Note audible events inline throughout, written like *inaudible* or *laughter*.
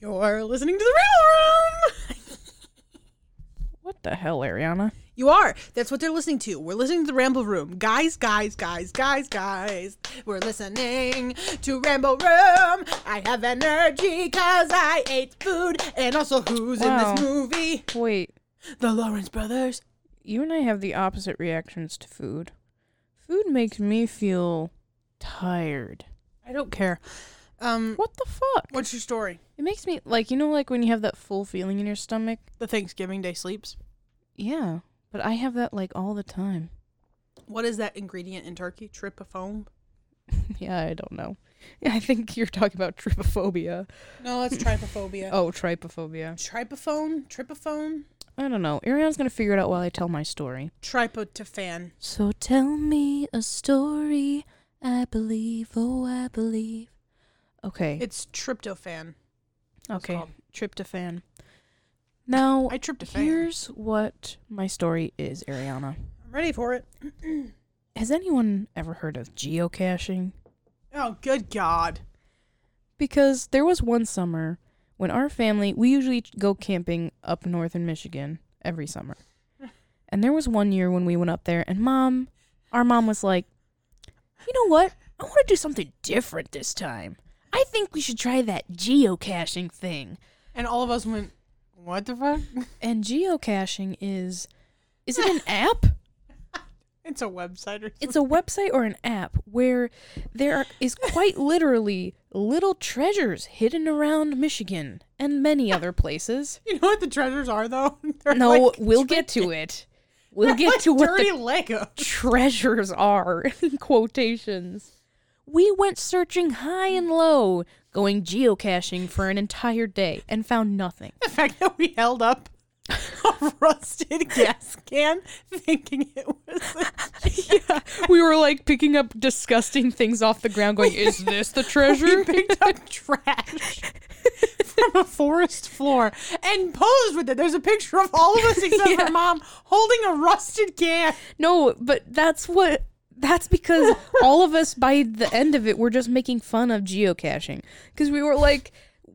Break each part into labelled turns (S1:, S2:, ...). S1: You're listening to the Rattle Room. *laughs*
S2: What the hell, Ariana?
S1: You are. That's what they're listening to. We're listening to the Ramble Room. Guys, guys, guys, guys, guys. We're listening to Ramble Room. I have energy because I ate food. And also, who's in
S2: Wow.
S1: this movie?
S2: Wait,
S1: The Lawrence Brothers.
S2: you and I have the opposite reactions to food. Food makes me feel tired.
S1: I don't care. Um,
S2: What the fuck?
S1: what's your story?
S2: It makes me like you know like when you have that full feeling in your stomach.
S1: The Thanksgiving Day sleeps.
S2: Yeah, but I have that like all the time. *laughs*
S1: What is that ingredient in turkey? Trypophone?
S2: yeah, I don't know. Yeah, I think you're talking about trypophobia.
S1: No, *laughs* that's trypophobia.
S2: Oh, trypophobia.
S1: Trypophone? Trypophone?
S2: I don't know. Ariana's gonna figure it out while I tell my story.
S1: Trypotophan.
S2: So tell me a story. I believe, oh, I believe. Okay.
S1: It's tryptophan.
S2: okay.
S1: called.
S2: Tryptophan. Now,
S1: I tripped a fan.
S2: here's what my story is, Ariana.
S1: I'm ready for it.
S2: Has anyone ever heard of geocaching?
S1: *clears throat* Oh, good God.
S2: Because there was one summer when our family, we usually go camping up north in Michigan every summer. And there was one year when we went up there, and mom, our mom was like, you know what? I want to do something different this time. I think we should try that geocaching thing.
S1: And all of us went, What the fuck? *laughs*
S2: And geocaching is. Is it an app?
S1: It's a website or
S2: It's a website or an app where there are, is quite literally little treasures hidden around Michigan and many other *laughs* places.
S1: *laughs* You know what the treasures are, though? *laughs* They're
S2: No,
S1: like-
S2: we'll get to it. We'll
S1: they're
S2: get
S1: like
S2: to what
S1: dirty
S2: the
S1: Lego.
S2: *laughs*
S1: *laughs*
S2: treasures are in quotations. We went searching high and low, going geocaching for an entire day and found nothing.
S1: The fact that we held up a *laughs* rusted gas can thinking it was
S2: *laughs*
S1: a
S2: yeah, *laughs* we were like picking up disgusting things off the ground *laughs* going, "Is this the treasure?"
S1: we picked up
S2: *laughs*
S1: trash from a forest floor and posed with it. There's a picture of all of us except
S2: Yeah.
S1: for mom holding a rusted can.
S2: No, but that's what
S1: *laughs*
S2: that's because all of us by the end of it were just making fun of geocaching because we were like,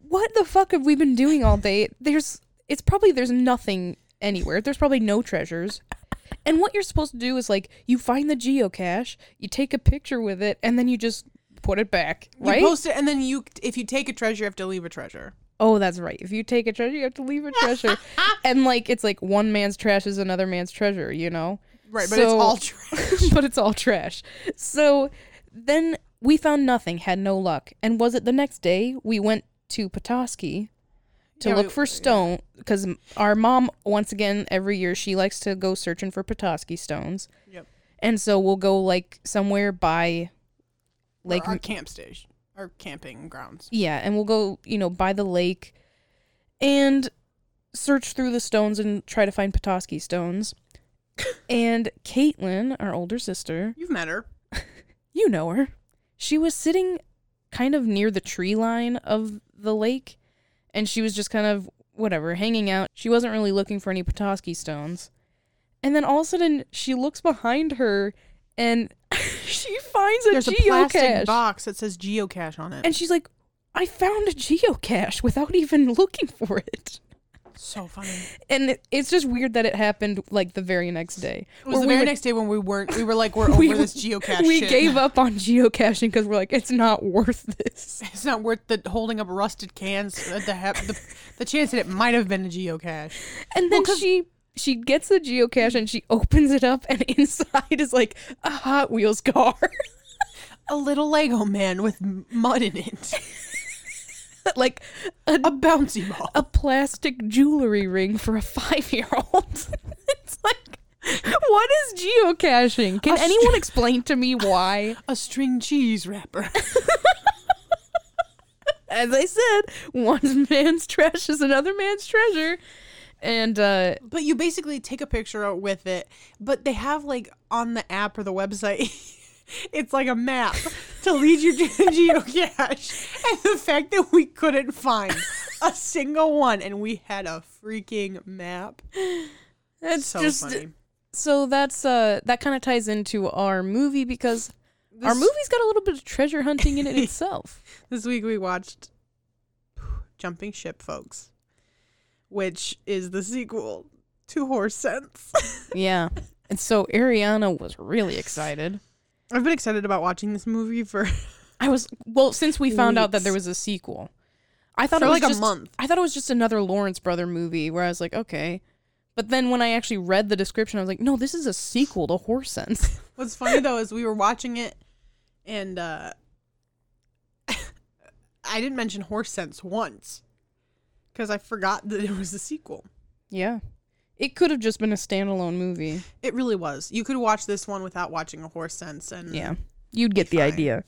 S2: what the fuck have we been doing all day? There's it's probably there's nothing anywhere. There's probably no treasures. And what you're supposed to do is like you find the geocache, you take a picture with it, and then you just put it back, right?
S1: You post it, and then you, if you take a treasure, you have to leave a treasure.
S2: oh, that's right. If you take a treasure, you have to leave
S1: *laughs*
S2: a treasure. and like it's like one man's trash is another man's treasure, you know?
S1: Right, but it's *laughs*
S2: So-
S1: all trash.
S2: *laughs* but it's all trash. So then we found nothing, had no luck. And was it the next day we went to Petoskey to
S1: Yeah,
S2: look
S1: we-
S2: for stone? Because our mom, once again, every year she likes to go searching for Petoskey stones.
S1: Yep.
S2: And so we'll go like somewhere by
S1: Like
S2: Lake.
S1: our camp station, our camping grounds.
S2: yeah, and we'll go, you know, by the lake and search through the stones and try to find Petoskey
S1: *coughs*
S2: stones. and Caitlin, our older sister,
S1: You've met her.
S2: You know her. She was sitting kind of near the tree line of the lake, and she was just kind of whatever, hanging out. She wasn't really looking for any Petoskey stones. And then all of a sudden, she looks behind her and *laughs* she finds a
S1: There's a plastic
S2: geocache.
S1: box that says geocache on it.
S2: and she's like, I found a geocache without even *laughs* looking for it.
S1: so funny.
S2: And it, it's just weird that it happened like the very next day.
S1: It was the
S2: Or we
S1: very
S2: went-
S1: next day when we weren't. *laughs* We were like, we're over
S2: we-
S1: this geocache.
S2: We
S1: shit.
S2: gave up on geocaching because we're like, it's not worth *laughs* this.
S1: *laughs* It's not worth the holding up rusted cans. uh, The hap- the, the chance that it might have been a geocache.
S2: And then she she gets the geocache and she opens it up and *laughs* inside is like a Hot Wheels car. *laughs*
S1: A little Lego man with m- mud in it. *laughs*
S2: like a,
S1: A bouncy ball.
S2: a plastic jewelry ring for a 5-year-old. *laughs* it's like what is geocaching? Can
S1: A
S2: anyone
S1: str-
S2: explain to me why?
S1: A string cheese wrapper.
S2: *laughs* As I said, one man's trash is another man's treasure. And uh
S1: But you basically take a picture with it, but they have like on the app or the website, *laughs* it's like a map to lead you to *laughs* the geocache. And the fact that we couldn't find a single one and we had a freaking map.
S2: it's
S1: So
S2: just
S1: funny.
S2: so that's uh that kind of ties into our movie because our
S1: This-
S2: *laughs* movie's got a little bit of treasure hunting in it itself.
S1: This week we watched *sighs* Jumping Ship Folks, which is the sequel to Horse Sense. *laughs*
S2: Yeah. And so Ariana was really excited.
S1: I've been excited about watching this movie for,
S2: I was well since we found out that there
S1: Weeks.
S2: was a sequel. I thought
S1: for
S2: it was
S1: like
S2: just,
S1: a month.
S2: I thought it was just another Lawrence brother movie where I was like, okay. But then when I actually read the description, I was like, no, this is a sequel to Horse Sense.
S1: *laughs* What's funny though is we were watching it and uh *laughs* I didn't mention Horse Sense once because I forgot that it was a sequel.
S2: yeah. It could have just been a standalone movie.
S1: It really was. You could watch this one without watching a Horse Sense and
S2: Yeah. You'd get the
S1: Hmm. Fine.
S2: idea.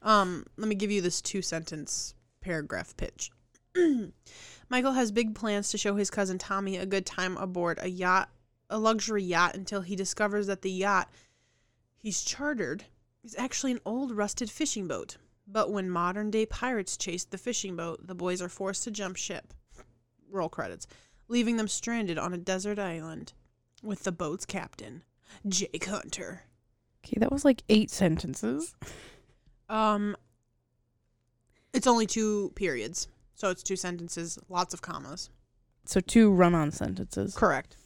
S1: Um, let me give you this two sentence paragraph pitch. *clears throat* Michael has big plans to show his cousin Tommy a good time aboard a yacht, a luxury yacht, until he discovers that the yacht he's chartered is actually an old rusted fishing boat. But when modern day pirates chase the fishing boat, the boys are forced to jump ship. Roll credits. Leaving them stranded on a desert island with the boat's captain, Jake Hunter.
S2: Okay, that was like eight sentences.
S1: Um, it's only two periods, so it's two sentences, lots of commas.
S2: So two run on sentences.
S1: Correct.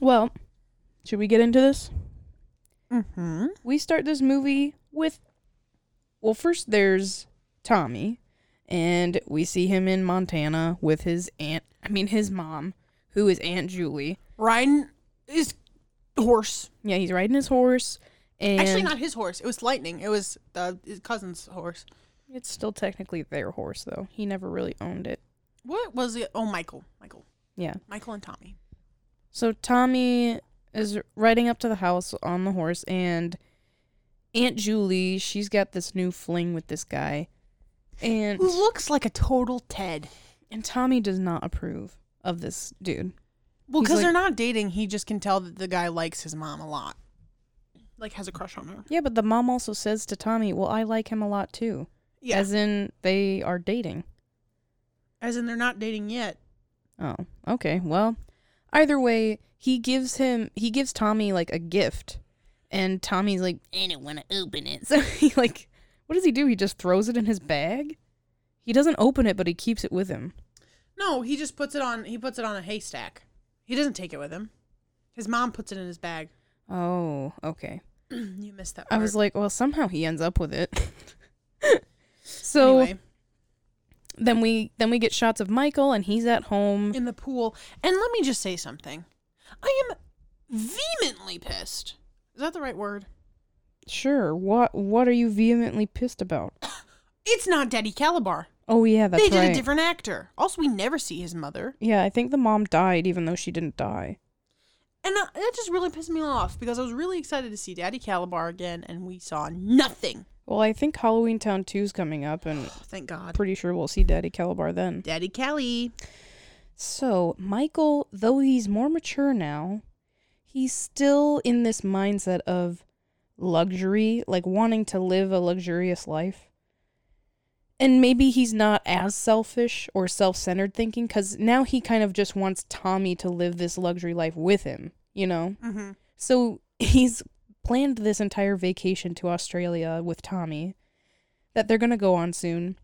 S2: Well, should we get into this?
S1: Mm-hmm.
S2: we start this movie with well first there's tommy and we see him in montana with his aunt i mean his mom who is aunt julie
S1: Ryan is horse.
S2: yeah he's riding his horse and
S1: Actually, not his horse. It was lightning. It was the, his cousin's horse.
S2: it's still technically their horse though he never really owned it
S1: What was it? Oh, Michael. Michael.
S2: yeah
S1: Michael and Tommy.
S2: so tommy is riding up to the house on the horse and aunt julie she's got this new fling with this guy and
S1: Who looks like a total Ted.
S2: and tommy does not approve of this dude
S1: Well,
S2: He's
S1: because
S2: like-
S1: they're not dating, he just can tell that the guy likes his mom a lot. Like, has a crush on her.
S2: Yeah, but the mom also says to Tommy, "Well, I like him a lot too."
S1: Yeah.
S2: As in they are dating.
S1: As in, they're not dating yet.
S2: Oh, okay. Well, either way, he gives him he gives Tommy like a gift, and Tommy's like, "I don't want to open it." *laughs* So he like, what does he do? He just throws it in his bag. He doesn't open it, but he keeps it with him.
S1: No, he just puts it on. He puts it on a haystack. He doesn't take it with him. His mom puts it in his bag. *clears throat*
S2: Oh, okay.
S1: you missed that.
S2: I
S1: Part.
S2: was like, well, somehow he ends up with it. *laughs* so
S1: anyway,
S2: then we then we get shots of Michael, and he's at home.
S1: in the pool. And let me just say something. I am vehemently pissed. Is that the right word?
S2: Sure. What what are you vehemently pissed about?
S1: It's not Daddy Calabar.
S2: Oh yeah, that's
S1: they did
S2: right.
S1: a different actor. Also, we never see his mother,
S2: yeah, I think the mom died, even though she didn't die.
S1: and uh, that just really pissed me off because I was really excited to see Daddy Calabar again, and we saw nothing.
S2: Well, I think Halloween Town 2's coming up, and
S1: Oh, thank God.
S2: pretty sure we'll see Daddy Calabar then.
S1: Daddy Cali.
S2: So Michael, though he's more mature now, he's still in this mindset of luxury, like wanting to live a luxurious life. And maybe he's not as selfish or self-centered thinking, because now he kind of just wants Tommy to live this luxury life with him. You know.
S1: Mm-hmm.
S2: So *laughs* he's planned this entire vacation to Australia with Tommy that they're going to go on soon.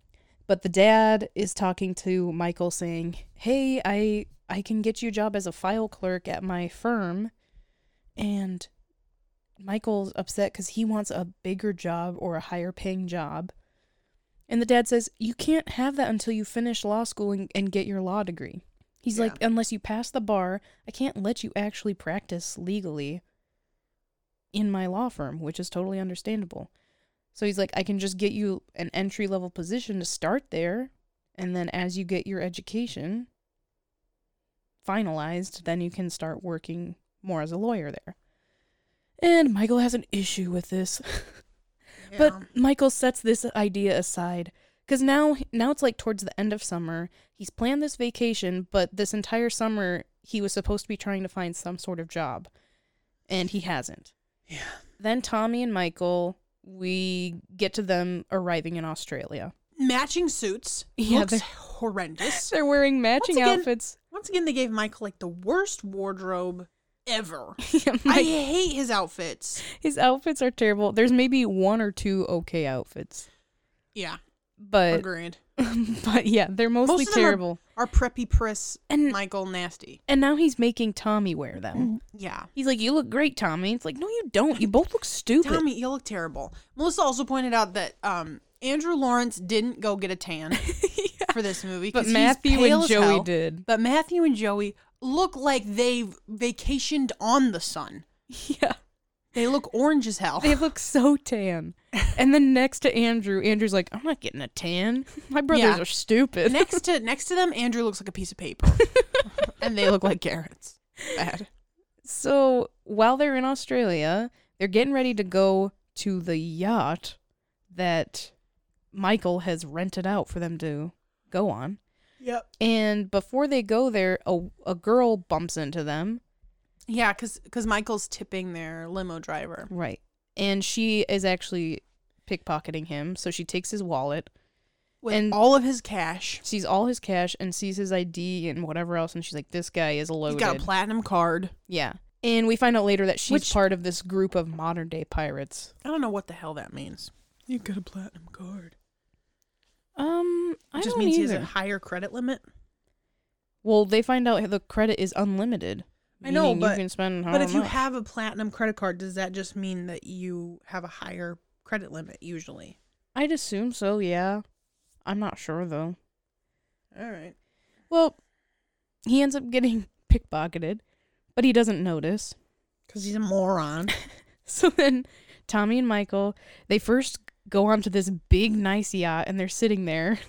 S2: But the dad is talking to Michael saying, "Hey, I I can get you a job as a file clerk at my firm." And Michael's upset cuz he wants a bigger job or a higher paying job. And the dad says, "You can't have that until you finish law school and, and get your law degree." He's
S1: Yeah.
S2: like, "Unless you pass the bar, I can't let you actually practice legally." in my law firm, which is totally understandable. So he's like, I can just get you an entry level position to start there. And then as you get your education finalized, then you can start working more as a lawyer there. And Michael has an issue with this. But Michael sets this idea aside because now now it's like towards the end of summer. He's planned this vacation, but this entire summer he was supposed to be trying to find some sort of job, and he hasn't.
S1: Yeah.
S2: Then Tommy and Michael, we get to them arriving in Australia.
S1: matching suits
S2: Yeah,
S1: looks
S2: they're-
S1: horrendous.
S2: They're wearing matching
S1: again-
S2: outfits. *laughs*
S1: Once again, they gave Michael like the worst wardrobe
S2: *laughs*
S1: ever.
S2: Yeah,
S1: I
S2: Mike-
S1: hate his outfits.
S2: his outfits are terrible. There's maybe one or two okay outfits,
S1: Yeah,
S2: but
S1: agreed.
S2: *laughs* but yeah, they're mostly
S1: of them are-
S2: terrible.
S1: Our preppy Priss
S2: And-
S1: Michael Nasty.
S2: And now he's making Tommy wear them.
S1: Yeah.
S2: He's like, "You look great, Tommy." It's like, "No, you don't. You both look stupid."
S1: Tommy, you look terrible. Melissa also pointed out that um, Andrew Lawrence didn't go get a
S2: *laughs*
S1: tan for this movie.
S2: *laughs* but
S1: 'cause he's
S2: Matthew
S1: pale
S2: and
S1: as
S2: Joey
S1: hell.
S2: did.
S1: But Matthew and Joey look like they've vacationed on the sun.
S2: *laughs* Yeah.
S1: They look orange as hell.
S2: They look so *laughs* tan. And then next to Andrew, Andrew's like, I'm not getting a tan. My brothers
S1: Yeah.
S2: are stupid.
S1: next to next to them, Andrew looks like a piece of paper, and they look like carrots. Bad.
S2: *laughs* so while they're in Australia, they're getting ready to go to the yacht that Michael has rented out for them to go on.
S1: Yep.
S2: And before they go there, a, a girl bumps into them.
S1: Yeah, because Michael's tipping their limo driver.
S2: Right. And she is actually pickpocketing him. So she takes his wallet
S1: With
S2: And-
S1: all of his cash,
S2: sees all his cash and sees his ID and whatever else, and she's like, "This guy is
S1: he's
S2: loaded."
S1: got a platinum card.
S2: yeah, and we find out later that she's
S1: Which-
S2: part of this group of modern day pirates.
S1: I don't know what the hell that means. You've got a platinum card.
S2: Um, I
S1: It just
S2: don't
S1: means he
S2: either.
S1: has a higher credit limit.
S2: well, they find out the credit is unlimited.
S1: I know,
S2: meaning
S1: but-
S2: you can spend.
S1: But if you
S2: have,
S1: have a platinum credit card, does that just mean that you have a higher credit limit usually?
S2: I'd assume so. Yeah, I'm not sure though.
S1: All right.
S2: Well, he ends up getting *laughs* pickpocketed, but he doesn't notice. *laughs*
S1: Because he's a moron.
S2: So then Tommy and Michael, they first go onto this big nice yacht and they're sitting there. *laughs*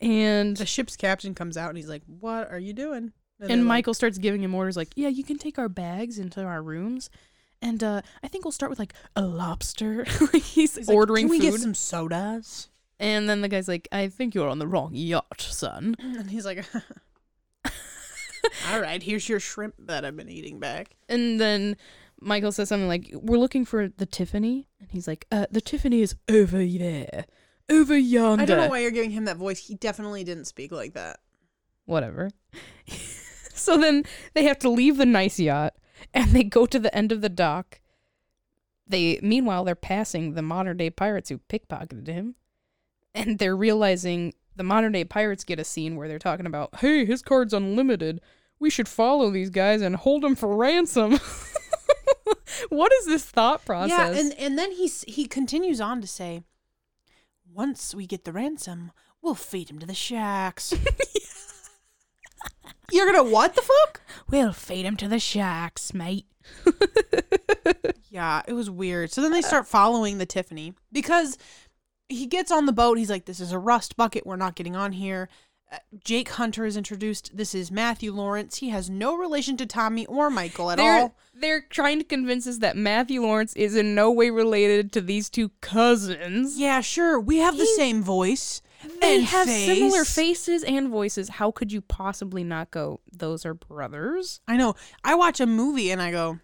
S2: And
S1: the ship's captain comes out and he's like, What are you doing? they're
S2: and
S1: like,
S2: Michael starts giving him orders like, "Yeah, you can take our bags into our rooms." And uh, I think we'll start with like a lobster. *laughs* Like, he's,
S1: he's like,
S2: ordering
S1: Can we
S2: food.
S1: get some sodas?
S2: and then the guy's like, "I think you're on the wrong yacht, son."
S1: *clears throat* And he's like, *laughs* All right, here's your shrimp that I've been eating back.
S2: And then Michael says something like, "We're looking for the Tiffany." And he's like, uh, "The Tiffany is over there. Over yonder."
S1: I don't know why you're giving him that voice. He definitely didn't speak like that.
S2: whatever. *laughs* so then they have to leave the nice yacht and they go to the end of the dock. They meanwhile they're passing the modern day pirates who pickpocketed him and they're realizing the modern day pirates get a scene where they're talking about, "Hey, his card's unlimited. We should follow these guys and hold them for ransom." *laughs* what is this thought process?
S1: Yeah, and, and then he, s- he continues on to say, Once we get the ransom, we'll feed him to the sharks. You're gonna what the fuck?
S2: we'll feed him to the sharks, mate.
S1: Yeah, it was weird. So then they start following the Tiffany because he gets on the boat. He's like, "This is a rust bucket. We're not getting on here." Uh, Jake Hunter is introduced. This is Matthew Lawrence. He has no relation to Tommy or Michael at
S2: they're,
S1: all.
S2: They're trying to convince us that Matthew Lawrence is in no way related to these two cousins.
S1: Yeah, sure. We have the same voice.
S2: They
S1: and
S2: have similar
S1: face.
S2: faces and voices. How could you possibly not go, those are brothers?
S1: I know. I watch a movie and I go,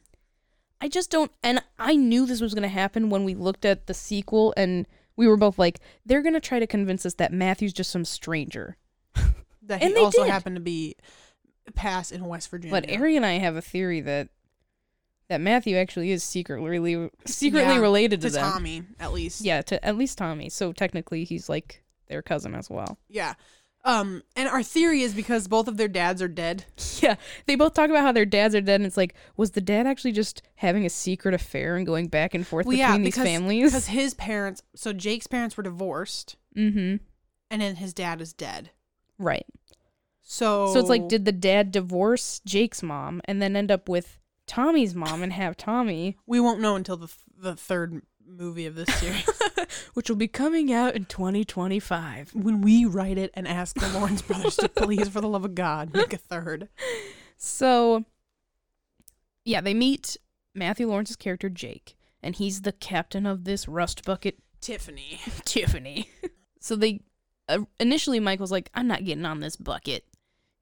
S2: I just don't. And I knew this was going to happen when we looked at the sequel, and we were both like, they're going to try to convince us that Matthew's just some stranger.
S1: that
S2: And
S1: he
S2: they
S1: also
S2: did.
S1: happened to be pass in West Virginia.
S2: But Ari and I have a theory that. That Matthew actually is secretly secretly
S1: Yeah,
S2: related to,
S1: to
S2: them.
S1: Tommy, at least.
S2: Yeah, to at least Tommy. So technically, he's like their cousin as well.
S1: Yeah. Um, and our theory is because both of their dads are dead.
S2: *laughs* Yeah, they both talk about how their dads are dead, and it's like, was the dad actually just having a secret affair and going back and forth
S1: Well,
S2: between
S1: yeah,
S2: these
S1: because, Because
S2: families?
S1: his parents, so Jake's parents were divorced,
S2: *laughs* Mm-hmm.
S1: and then his dad is dead.
S2: Right.
S1: So,
S2: So it's like, did the dad divorce Jake's mom and then end up with Tommy's mom and have Tommy,
S1: we won't know until the the third movie of this
S2: *laughs*
S1: series
S2: *laughs* which will be coming out in 2025?
S1: when we write it and ask the Lawrence brothers to please, for the love of God, make a third.
S2: So, yeah, they meet Matthew Lawrence's character Jake, and he's the captain of this rust bucket
S1: Tiffany,
S2: *laughs* Tiffany. So they uh, initially Michael's like, "I'm not getting on this bucket."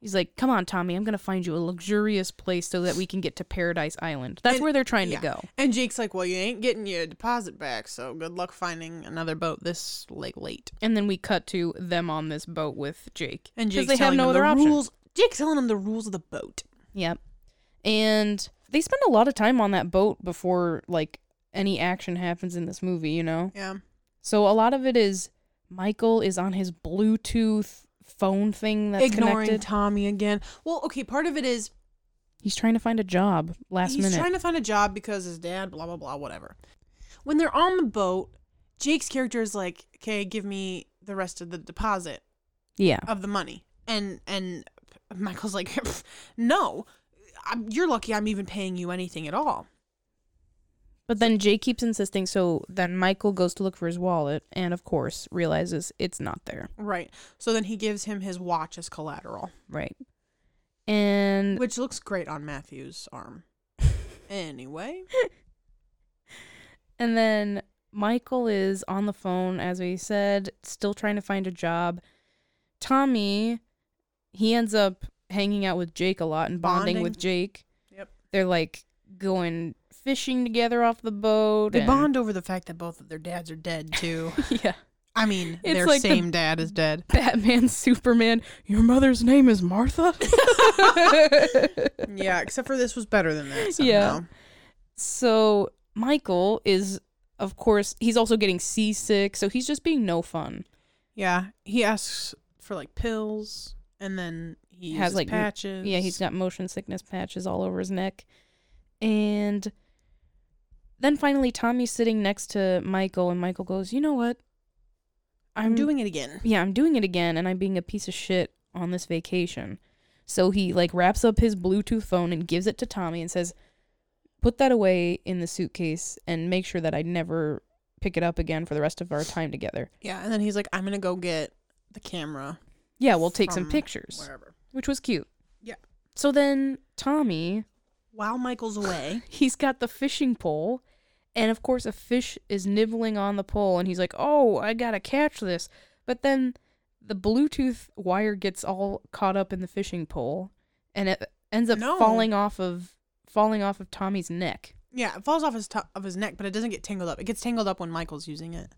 S2: He's like, "Come on, Tommy, I'm gonna find you a luxurious place so that we can get to Paradise Island." That's
S1: And-
S2: where they're trying
S1: yeah.
S2: to go.
S1: and Jake's like, "Well, you ain't getting your deposit back, so good luck finding another boat this like late."
S2: And then we cut to them on this boat with Jake,
S1: And
S2: 'Cause
S1: Jake's
S2: they have
S1: telling
S2: no
S1: him
S2: other
S1: the
S2: option.
S1: rules. Jake's telling him the rules of the boat.
S2: Yep. And they spend a lot of time on that boat before like any action happens in this movie, you know.
S1: Yeah,
S2: So a lot of it is Michael is on his Bluetooth phone thing that's
S1: ignoring
S2: connected.
S1: Tommy again. Well, okay, part of it is
S2: He's trying to find a job last
S1: he's
S2: minute.
S1: trying to find a job because his dad, blah blah blah, whatever. When they're on the boat, Jake's character is like, "Okay, give me the rest of the deposit
S2: yeah.
S1: of the money," and and Michael's like, *laughs* "No, I'm, you're lucky I'm even paying you anything at all."
S2: But then Jay keeps insisting, so then Michael goes to look for his wallet and, of course, realizes it's not there.
S1: Right. So then he gives him his watch as collateral,
S2: Right. And
S1: which looks great on Matthew's
S2: *laughs*
S1: arm. Anyway,
S2: and then Michael is on the phone, as we said, still trying to find a job. Tommy, he ends up hanging out with Jake a lot and bonding,
S1: Bonding.
S2: with Jake.
S1: Yep.
S2: They're like going fishing together off the boat.
S1: they
S2: and-
S1: bond over the fact that both of their dads are dead too.
S2: *laughs* Yeah.
S1: I mean,
S2: *laughs* It's
S1: their
S2: like the-
S1: same dad is dead. *laughs*
S2: Batman, Superman. *laughs* Your mother's name is Martha.
S1: yeah, except for this was better than that.
S2: *laughs* Yeah. So Michael is, of course, he's also getting seasick, so he's just being no fun.
S1: Yeah. He asks for like pills and then he
S2: Has,
S1: has
S2: like,
S1: like
S2: m-
S1: patches.
S2: Yeah, he's got motion sickness patches all over his neck, and then finally Tommy's sitting next to Michael, and Michael goes, "You know what?
S1: I'm doing it again.
S2: yeah, I'm doing it again, and I'm being a piece of shit on this vacation." So he like wraps up his Bluetooth phone and gives it to Tommy and says, "Put that away in the suitcase and make sure that I never pick it up again for the rest of our time together."
S1: Yeah, and then he's like, I'm gonna go get the camera.
S2: Yeah, we'll take some
S1: from
S2: pictures,
S1: Wherever.
S2: which was cute.
S1: Yeah.
S2: So then Tommy,
S1: While Michael's away.
S2: *laughs* he's got the fishing pole, and of course a fish is nibbling on the pole, and he's like, "Oh, I gotta catch this!" But then the Bluetooth wire gets all caught up in the fishing pole, and it ends up
S1: No.
S2: falling off of falling off of Tommy's neck.
S1: yeah, it falls off his top of his neck, but it doesn't get tangled up. It gets tangled up when Michael's using it.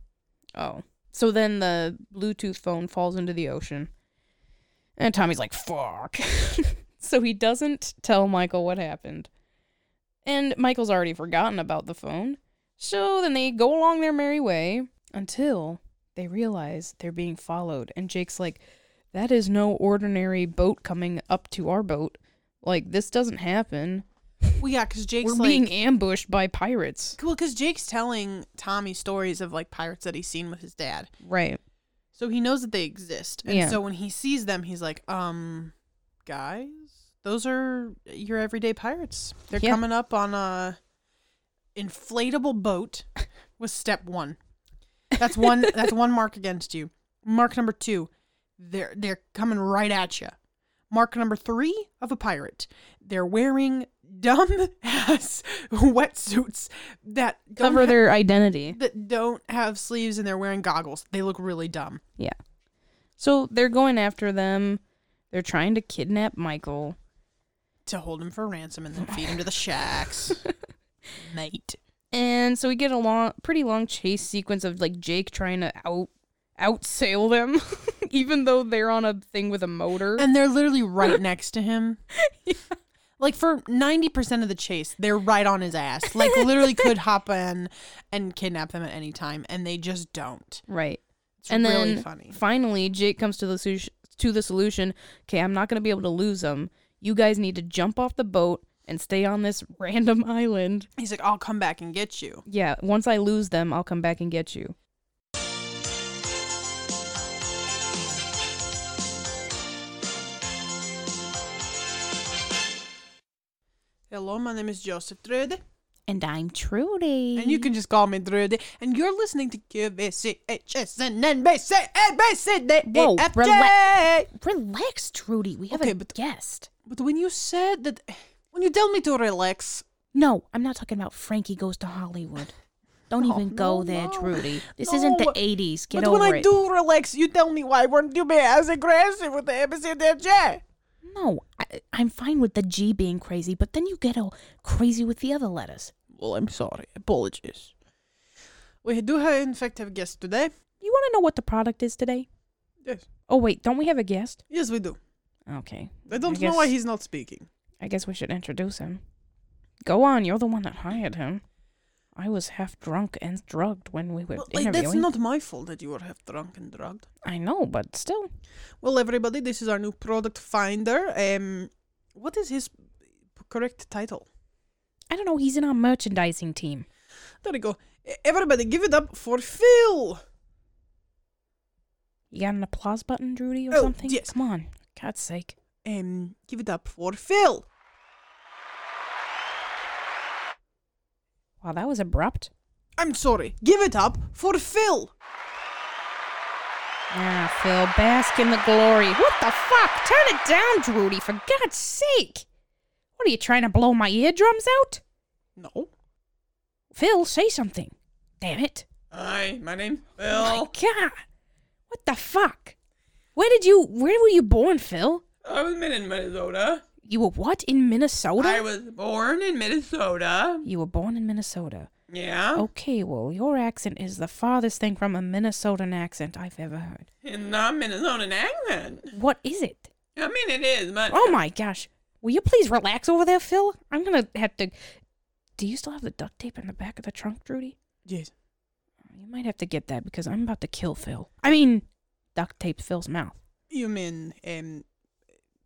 S2: Oh. So then the Bluetooth phone falls into the ocean. And Tommy's like, fuck. *laughs* so he doesn't tell Michael what happened. And Michael's already forgotten about the phone. So then they go along their merry way until they realize they're being followed. And Jake's like, that is no ordinary boat coming up to our boat. Like, this doesn't happen.
S1: Well, yeah, because Jake's
S2: We're
S1: like,
S2: being ambushed by pirates.
S1: well, because Jake's telling Tommy stories of like pirates that he's seen with his dad,
S2: Right.
S1: so he knows that they exist. And
S2: Yeah.
S1: so when he sees them, he's like, um, guys, those are your everyday pirates. They're
S2: Yeah.
S1: coming up on a inflatable boat. Was step one. That's
S2: *laughs*
S1: one. that's one mark against you. Mark number two. They're they're coming right at you. Mark number three of a pirate. They're wearing dumb *laughs* ass wetsuits that don't
S2: Cover
S1: ha-
S2: their identity.
S1: that don't have sleeves and they're wearing goggles. They look really dumb.
S2: Yeah. So they're going after them. They're trying to kidnap Michael.
S1: to hold him for ransom and then feed him to the shacks.
S2: *laughs*
S1: Mate.
S2: And so we get a long pretty long chase sequence of like Jake trying to out outsail them *laughs* even though they're on a thing with a motor.
S1: And they're literally right next to
S2: *laughs*
S1: him. Like for 90% of the chase, they're right on his ass. Like
S2: *laughs*
S1: literally could hop in and kidnap them at any time and they just don't.
S2: right.
S1: It's
S2: and
S1: really
S2: then
S1: funny.
S2: finally Jake comes to the su- to the solution, "Okay, I'm not going to be able to lose them. You guys need to jump off the boat and stay on this *laughs* random island.
S1: He's like, "I'll come back and get you."
S2: Yeah, once I lose them, I'll come back and get you."
S1: Hello, my name is Joseph Drude,
S2: And I'm Trudy.
S1: and you can just call me Drude. And you're listening to QVCHSN NBC E
S2: Whoa,
S1: ABCDEFG.
S2: Relax, Trudy. We have
S1: Okay,
S2: a
S1: but-
S2: guest.
S1: But when you said that, when you tell me to relax,
S2: No, I'm not talking about Frankie goes to Hollywood. Don't
S1: No,
S2: even
S1: no,
S2: go there,
S1: no.
S2: Trudy. This
S1: No.
S2: isn't the 80s. Get
S1: but
S2: over
S1: when I
S2: it.
S1: do relax, you tell me why weren't you be as aggressive with the MCDJ?
S2: no, I, I'm fine with the G being crazy, but then you get all crazy with the other letters.
S1: Well, I'm sorry. Apologies. We do have, in fact, have guests today.
S2: You want to know what the product is today?
S1: Yes.
S2: Oh, wait, don't we have a guest?
S1: Yes, we do.
S2: Okay.
S1: I don't
S2: I
S1: know why
S2: guess-
S1: he's not speaking.
S2: I guess we should introduce him. Go on, you're the one that hired him. I was half drunk and drugged when we were
S1: But, like,
S2: interviewing.
S1: that's not my fault that you were half drunk and drugged.
S2: I know, but still.
S1: Well, everybody, this is our new product finder. Um, what is his correct title?
S2: I don't know. He's in our merchandising team.
S1: There we go. E- Everybody, give it up for Phil.
S2: You got an applause button, Drudy, or
S1: Oh,
S2: something?
S1: yes.
S2: Come on. God's sake.
S1: Um, give it up for Phil.
S2: Wow, that was abrupt.
S1: I'm sorry. Give it up for Phil.
S2: Ah, Phil, bask in the glory. What the fuck? Turn it down, Drudy, for God's sake. What are you trying to blow my eardrums out?
S1: No.
S2: Phil, say something. Damn it.
S1: Hi, my name's
S2: Oh my god. What the fuck? Where did you where were you born, Phil?
S1: I was born in Minnesota.
S2: You were what in Minnesota?
S1: was born in Minnesota.
S2: you were born in Minnesota.
S1: Yeah.
S2: Okay, well, your accent is the farthest thing from a Minnesotan accent I've ever heard.
S1: And not Minnesotan accent.
S2: What is it?
S1: I mean, it is, but
S2: Oh my gosh. Will you please relax over there, Phil? I'm gonna have to. Do you still have the duct tape in the back of the trunk, Drudy?
S1: yes.
S2: You might have to get that because I'm about to kill Phil. I mean, duct tape Phil's mouth.
S1: You mean um,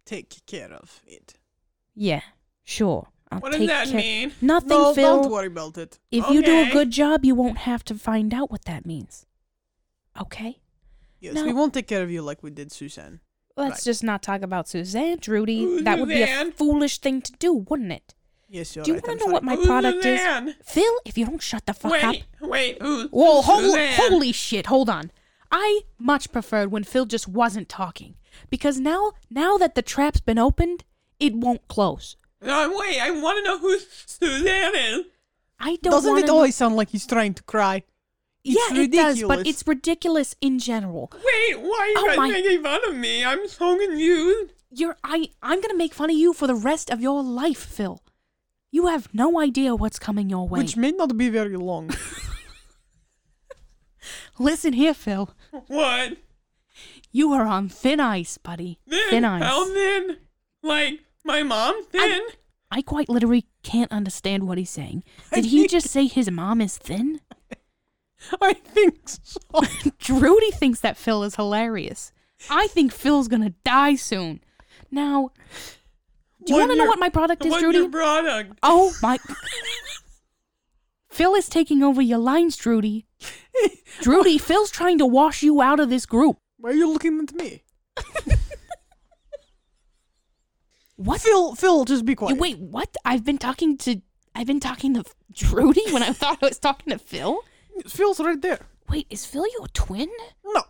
S1: take care of it.
S2: Yeah, sure. I'll
S3: What does
S2: take
S3: that
S2: care-
S3: mean?
S2: Nothing,
S1: no,
S2: Phil.
S1: don't worry about it.
S2: If you do a
S3: Okay.
S2: good job, you won't have to find out what that means. Okay?
S1: Yes,
S2: No.
S1: we won't take care of you like we did Suzanne.
S2: Let's
S1: Right.
S2: just not talk about Suzanne, Drudy.
S3: Who's
S2: that would be a
S3: Suzanne?
S2: foolish thing to do, wouldn't it?
S1: Yes, you're
S2: do you
S1: right.
S2: want
S1: I'm
S2: to know
S1: sorry.
S2: what my
S3: Who's
S2: product
S3: Suzanne?
S2: is? Phil, if you don't shut the fuck up.
S3: Wait, wait, who's
S2: Whoa,
S3: who's
S2: holy,
S3: Suzanne?
S2: holy shit, hold on. I much preferred when Phil just wasn't talking. Because now now that the trap's been opened, it won't close.
S3: No, wait, I want to know who Suzanne is.
S2: I don't
S1: Doesn't
S2: wanna
S1: it Oh,
S2: know-
S1: always sound like he's trying to cry? It's
S2: yeah, it does, but
S1: ridiculous.
S2: it's ridiculous in general.
S3: Wait, why are
S2: Oh
S3: you guys
S2: my-
S3: making fun of me? I'm so confused.
S2: You're I I'm gonna make fun of you for the rest of your life, Phil. You have no idea what's coming your way.
S1: Which may not be very long.
S2: Listen here, Phil.
S3: *laughs* What?
S2: You are on thin ice, buddy.
S3: Then,
S2: thin ice.
S3: How then? Like, my mom thin?
S2: I quite literally can't understand what he's saying. Did he just say his mom is thin?
S1: I think so.
S2: *laughs* Drudy thinks that Phil is hilarious. I think Phil's gonna die soon. Now, do you
S3: What
S2: want to know
S3: your-
S2: what my product is,
S3: What's
S2: Drudy?
S3: your product?
S2: oh my! *laughs* Phil is taking over your lines, Drudy. Drudy, Phil's trying to wash you out of this group.
S1: Why are you looking at me?
S2: What?
S1: Phil, Phil, just be
S2: You-
S1: quiet.
S2: Wait, what? I've been talking to I've been talking to Drudy when I *laughs* thought I was talking to Phil.
S1: Phil's right there.
S2: Wait, is Phil your twin?
S1: No.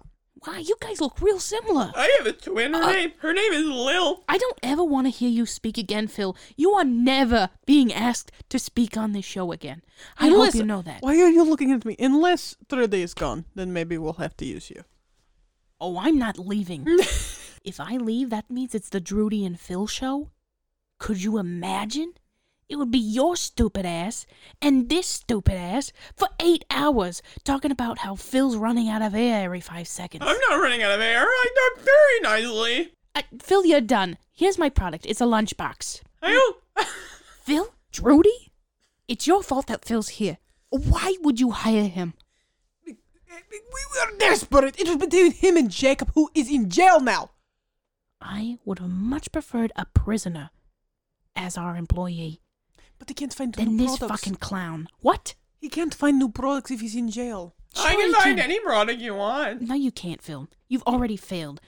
S2: Wow, you guys look real similar.
S3: I have a twin. Her
S2: Uh,
S3: name, her name is Lil.
S2: I don't ever want to hear you speak again, Phil. You are never being asked to speak on this show again. I hope you
S1: Unless-
S2: know that.
S1: Why are you looking at me? Unless Trudy is gone, then maybe we'll have to use you. *laughs*
S2: Oh, I'm not leaving. if I leave, that means it's the Drudy and Phil show. Could you imagine? It would be your stupid ass and this stupid ass for eight hours talking about how Phil's running out of air every five seconds.
S3: I'm not running out of air. I talk very nicely.
S2: Uh, Phil, you're done. Here's my product. It's a lunchbox.
S3: I don't.
S2: Phil? Drudy? It's your fault that Phil's here. Why would you hire him?
S1: *laughs* We were desperate. It was between him and Jacob, who is in jail now.
S2: I would have much preferred a prisoner as our employee
S1: But he can't find
S2: than
S1: new
S2: this
S1: products.
S2: fucking clown. What?
S1: He can't find new products if he's in jail.
S3: I
S2: Sure
S3: can
S2: you
S3: find any product you want.
S2: No, you can't, Phil. You've already failed.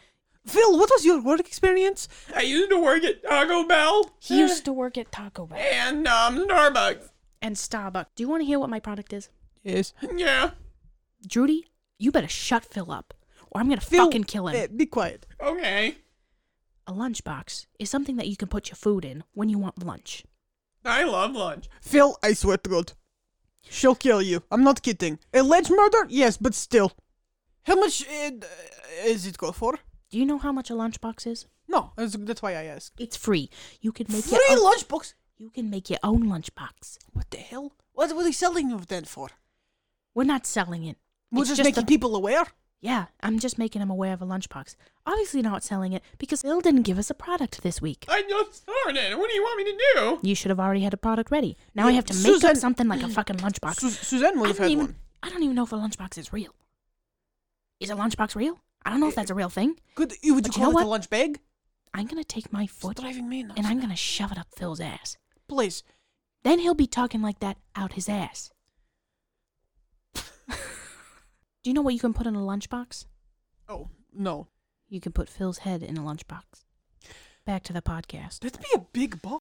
S1: Phil, what was your work experience?
S3: I used to work at Taco Bell.
S2: He used to work at Taco
S3: *laughs*
S2: Bell
S3: and um Starbucks.
S2: and Starbucks. Do you want to hear what my product is?
S1: Yes.
S3: Yeah.
S2: Drudy, you better shut Phil up, or I'm gonna
S1: Phil,
S2: fucking kill him.
S1: eh, be quiet.
S3: Okay.
S2: A lunchbox is something that you can put your food in when you want lunch.
S3: I love lunch.
S1: Phil, I swear to God. She'll kill you. I'm not kidding. Alleged murder? Yes, but still. How much uh, is it go for?
S2: Do you know how much a lunchbox is?
S1: No, that's that's why I asked.
S2: It's free. You can make
S1: Free
S2: your own,
S1: lunchbox?
S2: you can make your own lunchbox.
S1: What the hell? What were they selling of that for?
S2: We're not selling it.
S1: We're
S2: It's
S1: just,
S2: just
S1: making
S2: a-
S1: people aware?
S4: Yeah, I'm just making him aware of a lunchbox. Obviously not selling it because Bill didn't give us a product this week.
S3: I just started. What do you want me to do?
S4: You should have already had a product ready. Now I have to make
S1: Susan-
S4: up something like a fucking lunchbox.
S1: Su- Suzanne
S4: I
S1: would have
S4: don't
S1: had
S4: even
S1: one.
S4: I don't even know if a lunchbox is real. Is a lunchbox real? I don't know if that's a real thing.
S1: Could you would
S4: But
S1: you
S4: you know
S1: call it
S4: what?
S1: a lunch bag?
S4: I'm gonna take my
S1: It's
S4: foot
S1: driving me nuts.
S4: and I'm gonna shove it up Phil's ass.
S1: please.
S4: Then he'll be talking like that out his ass. *laughs* Do you know what you can put in a lunchbox?
S1: Oh no,
S4: You can put Phil's head in a lunchbox. Back to the podcast.
S1: that'd be a big ball.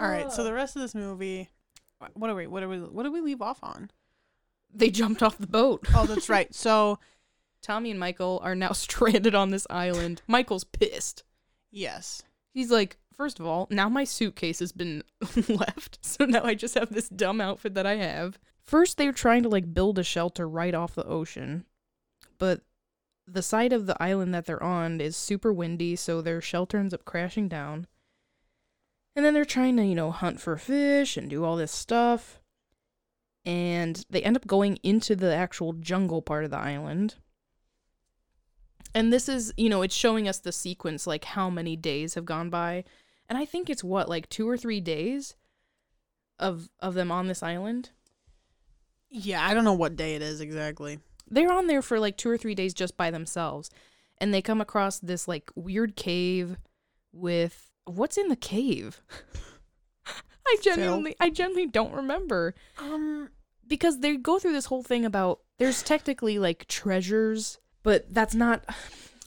S1: All right, so the rest of this movie, wh- what are we? What are we? What did we leave off on?
S2: They jumped off the boat.
S1: Oh, that's right. So
S2: Tommy and Michael are now *laughs* stranded on this island. Michael's pissed.
S1: yes,
S2: He's like, first of all, now my suitcase has been *laughs* left, so now I just have this dumb outfit that I have. First, they're trying to like build a shelter right off the ocean, but the side of the island that they're on is super windy, so their shelter ends up crashing down. And then they're trying to, you know, hunt for fish and do all this stuff. And they end up going into the actual jungle part of the island. And this is, you know, it's showing us the sequence, like how many days have gone by. And I think it's what, like two or three days of of them on this island.
S1: yeah. I don't know what day it is exactly.
S2: They're on there for like two or three days just by themselves. And they come across this like weird cave with what's in the cave? *laughs* I genuinely I genuinely don't remember.
S1: Um,
S2: Because they go through this whole thing about there's technically like treasures, but that's not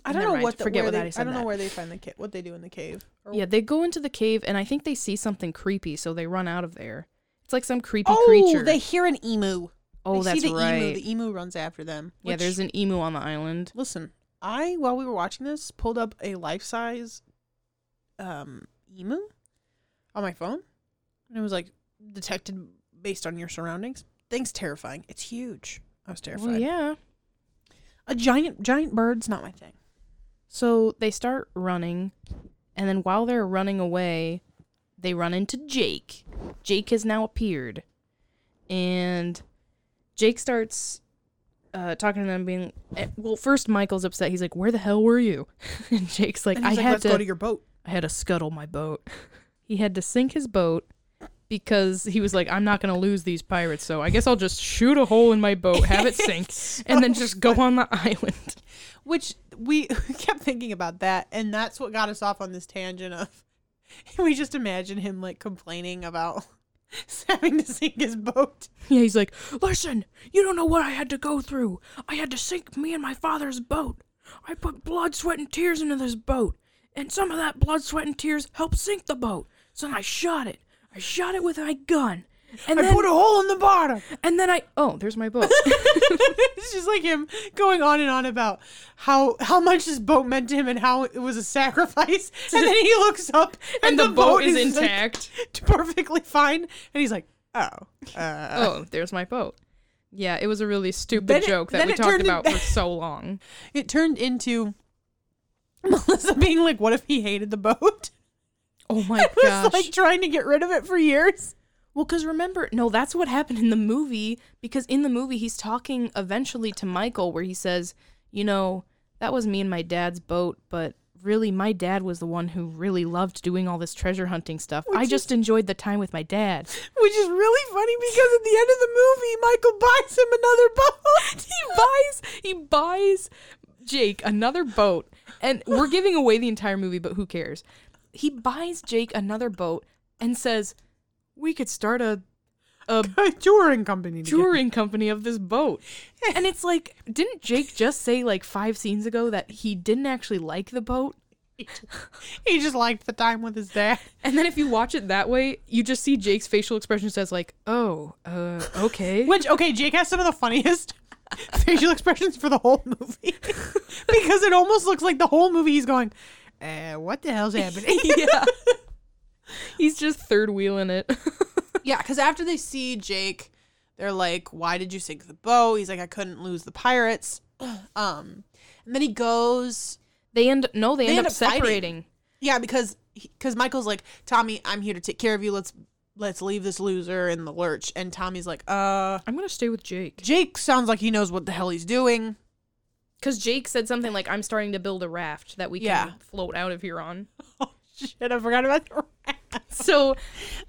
S1: I don't
S2: Never
S1: know
S2: mind,
S1: what. The,
S2: forget
S1: where
S2: what
S1: they,
S2: I said
S1: don't know
S2: that.
S1: where they find the cave. What they do in the cave. Or-
S2: Yeah, they go into the cave and I think they see something creepy, so they run out of there. It's like some creepy
S1: Oh,
S2: creature.
S1: they hear an emu.
S2: oh,
S1: they
S2: that's
S1: see the
S2: right.
S1: Emu. The emu runs after them.
S2: yeah,
S1: which-
S2: there's an emu on the island.
S1: Listen, I while we were watching this, pulled up a life-size um emu on my phone, and it was like detected based on your surroundings. Thing's terrifying. It's huge. I was terrified.
S2: Well, yeah.
S1: A giant giant bird's not my thing.
S2: So they start running, and then while they're running away, they run into Jake. Jake has now appeared, and Jake starts uh, talking to them, being eh, well. First, Michael's upset. He's like, "Where the hell were you?" *laughs* and Jake's like,
S1: And
S2: "I
S1: he's like,
S2: had
S1: let's go to your boat.
S2: I had to scuttle my boat. *laughs* He had to sink his boat because he was like, I'm not going to lose these pirates, so I guess I'll just shoot a hole in my boat, have it *laughs* sink, and then just go on the island. *laughs*
S1: Which we *laughs* kept thinking about that, and that's what got us off on this tangent of. *laughs* We just imagine him like complaining about *laughs* having to sink his boat.
S2: Yeah, he's like, Listen, you don't know what I had to go through. I had to sink me and my father's boat. I put blood, sweat, and tears into this boat, and some of that blood, sweat, and tears helped sink the boat. So then I shot it. I shot it with my gun. And
S1: I
S2: then,
S1: put a hole in the bottom. *laughs*
S2: and then I oh, there's my *laughs* boat.
S1: it's just like him going on and on about how how much his boat meant to him and how it was a
S2: *laughs*
S1: sacrifice. And then he looks up and,
S2: and the, boat, is,
S1: like,
S2: intact.
S1: *laughs* perfectly fine. And he's like, oh. Uh.
S2: *laughs* oh, there's my boat. Yeah, it was a really stupid
S1: Then it-
S2: joke that
S1: then
S2: we
S1: it
S2: talked
S1: turned
S2: about *laughs*
S1: into-
S2: for so long.
S1: It turned into *laughs* Melissa being like, what if he hated the boat?
S2: Oh
S1: *laughs*
S2: *laughs* my
S1: It was like trying to get rid of it for years.
S2: well, because remember, no, that's what happened in the movie. Because in the movie, he's talking eventually to Michael, where he says, "You know, that was me and my dad's boat, but really, my dad was the one who really loved doing all this treasure hunting stuff. I just enjoyed the time with my dad."
S1: Which is really funny because at the end of the movie, Michael buys him another boat. *laughs*
S2: he buys he buys Jake another boat and we're giving away the entire movie but who cares he buys Jake another boat and says we could start a a
S1: A touring company. together.
S2: touring company of this boat and it's like didn't Jake just say like 5 scenes ago that he didn't actually like the boat
S1: He just liked the time with his dad.
S2: and then if you watch it that way you just see Jake's facial expression says like oh uh
S1: *laughs* *laughs*
S2: okay *laughs*
S1: Which okay, Jake has some of the *laughs* funniest facial expressions for the whole movie *laughs* because it almost looks like the whole movie he's going, uh, "What the hell's happening?"
S2: yeah he's just third wheeling it
S1: *laughs*
S2: *laughs*
S1: yeah, because after they see Jake, they're like, "Why did you sink the boat?" He's like, "I couldn't lose the pirates." *clears throat* Um, and then he goes,
S2: They end no, they, end,
S1: end
S2: up,
S1: up fighting.
S2: separating.
S1: yeah, because because Michael's like, Tommy, I'm here to take care of you. Let's let's leave this loser in the lurch. And Tommy's like, uh,
S2: I'm gonna stay with Jake
S1: Jake sounds like he knows what the hell he's doing.
S2: because Jake said something like, "I'm starting to build a raft that we can
S1: Yeah.
S2: float out of here on."
S1: *laughs* Oh shit! I forgot about the rats.
S2: *laughs* So,